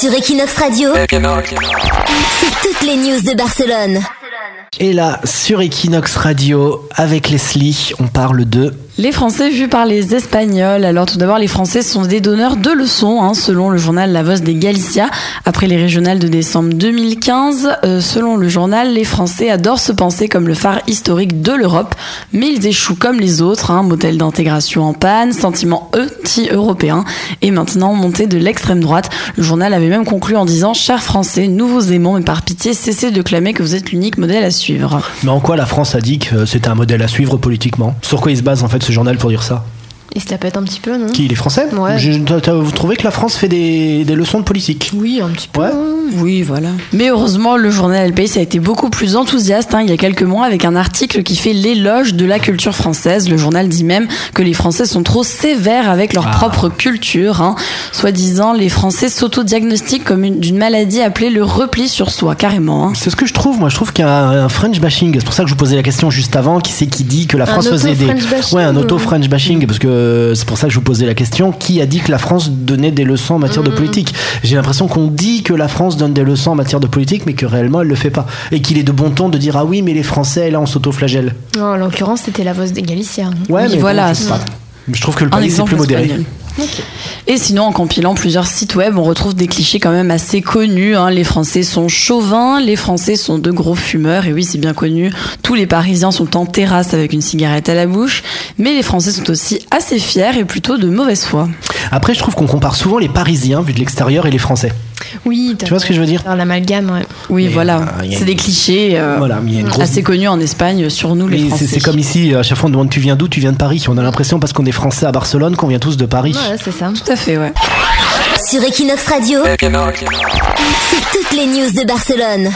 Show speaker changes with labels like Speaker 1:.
Speaker 1: sur Equinox Radio. C'est toutes les news de Barcelone.
Speaker 2: Et là, sur Equinox Radio, avec Leslie, on parle de...
Speaker 3: Les Français vus par les Espagnols. Alors tout d'abord, les Français sont des donneurs de leçons, hein, selon le journal La Voz des Galicia. Après les régionales de décembre 2015, euh, selon le journal, les Français adorent se penser comme le phare historique de l'Europe, mais ils échouent comme les autres. Hein, modèle d'intégration en panne, sentiment anti-européen et maintenant montée de l'extrême droite. Le journal avait même conclu en disant « Chers Français, nous vous aimons, mais par pitié, cessez de clamer que vous êtes l'unique modèle à suivre.
Speaker 2: Mais en quoi la France a dit que c'était un modèle à suivre politiquement Sur quoi il se base en fait ce journal pour dire ça
Speaker 4: Il se la pète un petit peu, non
Speaker 2: Qui, il est français
Speaker 4: Ouais.
Speaker 2: Je- t'as- t'as- Vous trouvez que la France fait des, des leçons de politique
Speaker 4: Oui, un petit peu.
Speaker 2: Ouais.
Speaker 3: Oui, voilà. Mais heureusement, le journal El País a été beaucoup plus enthousiaste hein, il y a quelques mois avec un article qui fait l'éloge de la culture française. Le journal dit même que les Français sont trop sévères avec leur
Speaker 2: Ah.
Speaker 3: propre culture. Hein. Soi-disant, les Français s'autodiagnostiquent comme une, d'une maladie appelée le repli sur soi, carrément. hein.
Speaker 2: C'est ce que je trouve, moi je trouve qu'il y a un un French bashing, c'est pour ça que je vous posais la question juste avant, qui c'est qui dit que la
Speaker 4: Un
Speaker 2: France faisait des...
Speaker 4: auto-French bashing,
Speaker 2: ouais, un
Speaker 4: ouais.
Speaker 2: auto-French bashing, parce que euh, c'est pour ça que je vous posais la question, qui a dit que la France donnait des leçons en matière
Speaker 4: Mm.
Speaker 2: de politique J'ai l'impression qu'on dit que la France donne des leçons en matière de politique, mais que réellement elle le fait pas. Et qu'il est de bon ton de dire, ah oui, mais les Français, là, on s'auto-flagelle.
Speaker 4: Non, en l'occurrence, c'était la voix des Galiciens.
Speaker 2: Ouais,
Speaker 3: Oui,
Speaker 2: mais
Speaker 3: voilà,
Speaker 2: bon, je sais
Speaker 3: c'est-
Speaker 2: pas. Je trouve que le
Speaker 3: un
Speaker 2: palais c'est
Speaker 3: exemple
Speaker 2: plus modéré.
Speaker 3: espagnol. Et sinon, en compilant plusieurs sites web, on retrouve des clichés quand même assez connus. hein. Les Français sont chauvins, les Français sont de gros fumeurs, et oui, c'est bien connu. Tous les Parisiens sont en terrasse avec une cigarette à la bouche, mais les Français sont aussi assez fiers et plutôt de mauvaise foi.
Speaker 2: Après, je trouve qu'on compare souvent les Parisiens vus de l'extérieur et les Français.
Speaker 4: Oui,
Speaker 2: Tu vois ce que je veux dire
Speaker 4: L'amalgame, ouais.
Speaker 3: Oui,
Speaker 2: Mais,
Speaker 3: voilà,
Speaker 2: euh, y a
Speaker 3: c'est
Speaker 2: une-
Speaker 3: des clichés euh,
Speaker 2: Voilà, mais il y a une grosse.
Speaker 3: assez connus en Espagne sur nous
Speaker 2: Mais
Speaker 3: les Français.
Speaker 2: c'est c'est comme ici, à chaque fois on demande tu viens d'où, tu viens de Paris. On a l'impression parce qu'on est français à Barcelone qu'on vient tous de Paris.
Speaker 4: Ouais, c'est ça.
Speaker 3: Tout à fait, ouais.
Speaker 1: Sur Equinox Radio, c'est toutes les news de Barcelone.